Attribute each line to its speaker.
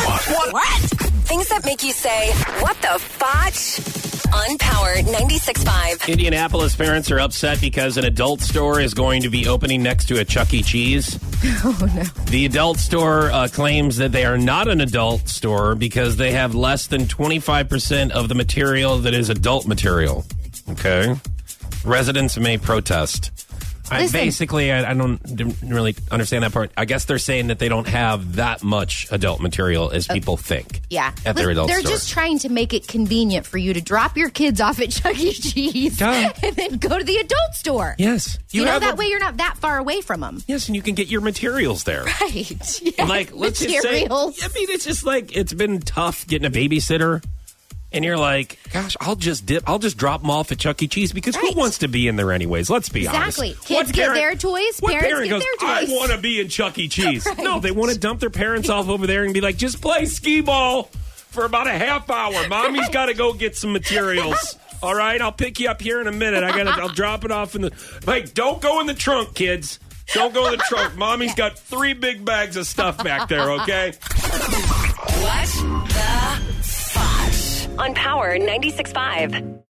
Speaker 1: What? Things that make you say, what the fotch? Unpowered 96.5.
Speaker 2: Indianapolis parents are upset because an adult store is going to be opening next to a Chuck E. Cheese.
Speaker 3: Oh no.
Speaker 2: The adult store uh, claims that they are not an adult store because they have less than 25% of the material that is adult material. Okay. Residents may protest. I,
Speaker 3: Listen.
Speaker 2: basically, I, I don't didn't really understand that part. I guess they're saying that they don't have that much adult material as people think.
Speaker 3: Uh, Yeah.
Speaker 2: At their
Speaker 3: Look,
Speaker 2: adult
Speaker 3: They're
Speaker 2: store.
Speaker 3: just trying to make it convenient for you to drop your kids off at Chuck E. Cheese
Speaker 2: Duh.
Speaker 3: and then go to the adult store.
Speaker 2: yes.
Speaker 3: You, know,
Speaker 2: have
Speaker 3: that
Speaker 2: a-
Speaker 3: way you're not that far away from them.
Speaker 2: Yes, and you can get your materials there.
Speaker 3: Right.
Speaker 2: like let's just say
Speaker 3: materials.
Speaker 2: I mean it's just like it's been tough getting a babysitter and you're like, gosh, I'll just dip I'll just drop them off at Chuck E. Cheese because
Speaker 3: Right.
Speaker 2: who wants to be in there anyways? Let's be
Speaker 3: Exactly.
Speaker 2: honest.
Speaker 3: Kids get their toys,
Speaker 2: what
Speaker 3: parents
Speaker 2: parent
Speaker 3: get
Speaker 2: goes,
Speaker 3: their
Speaker 2: I
Speaker 3: toys."
Speaker 2: want to be in Chuck E. Cheese.
Speaker 3: Right.
Speaker 2: No, they want to dump their parents off over there and be like, just play skee ball for about a half hour. Mommy's gotta go get some materials. All right, I'll pick you up here in a minute. I gotta I'll drop it off in the Like, don't go in the trunk, kids. Don't go in the trunk. Mommy's got three big bags of stuff back there, okay?
Speaker 1: What the fotch? Unpowered 96.5.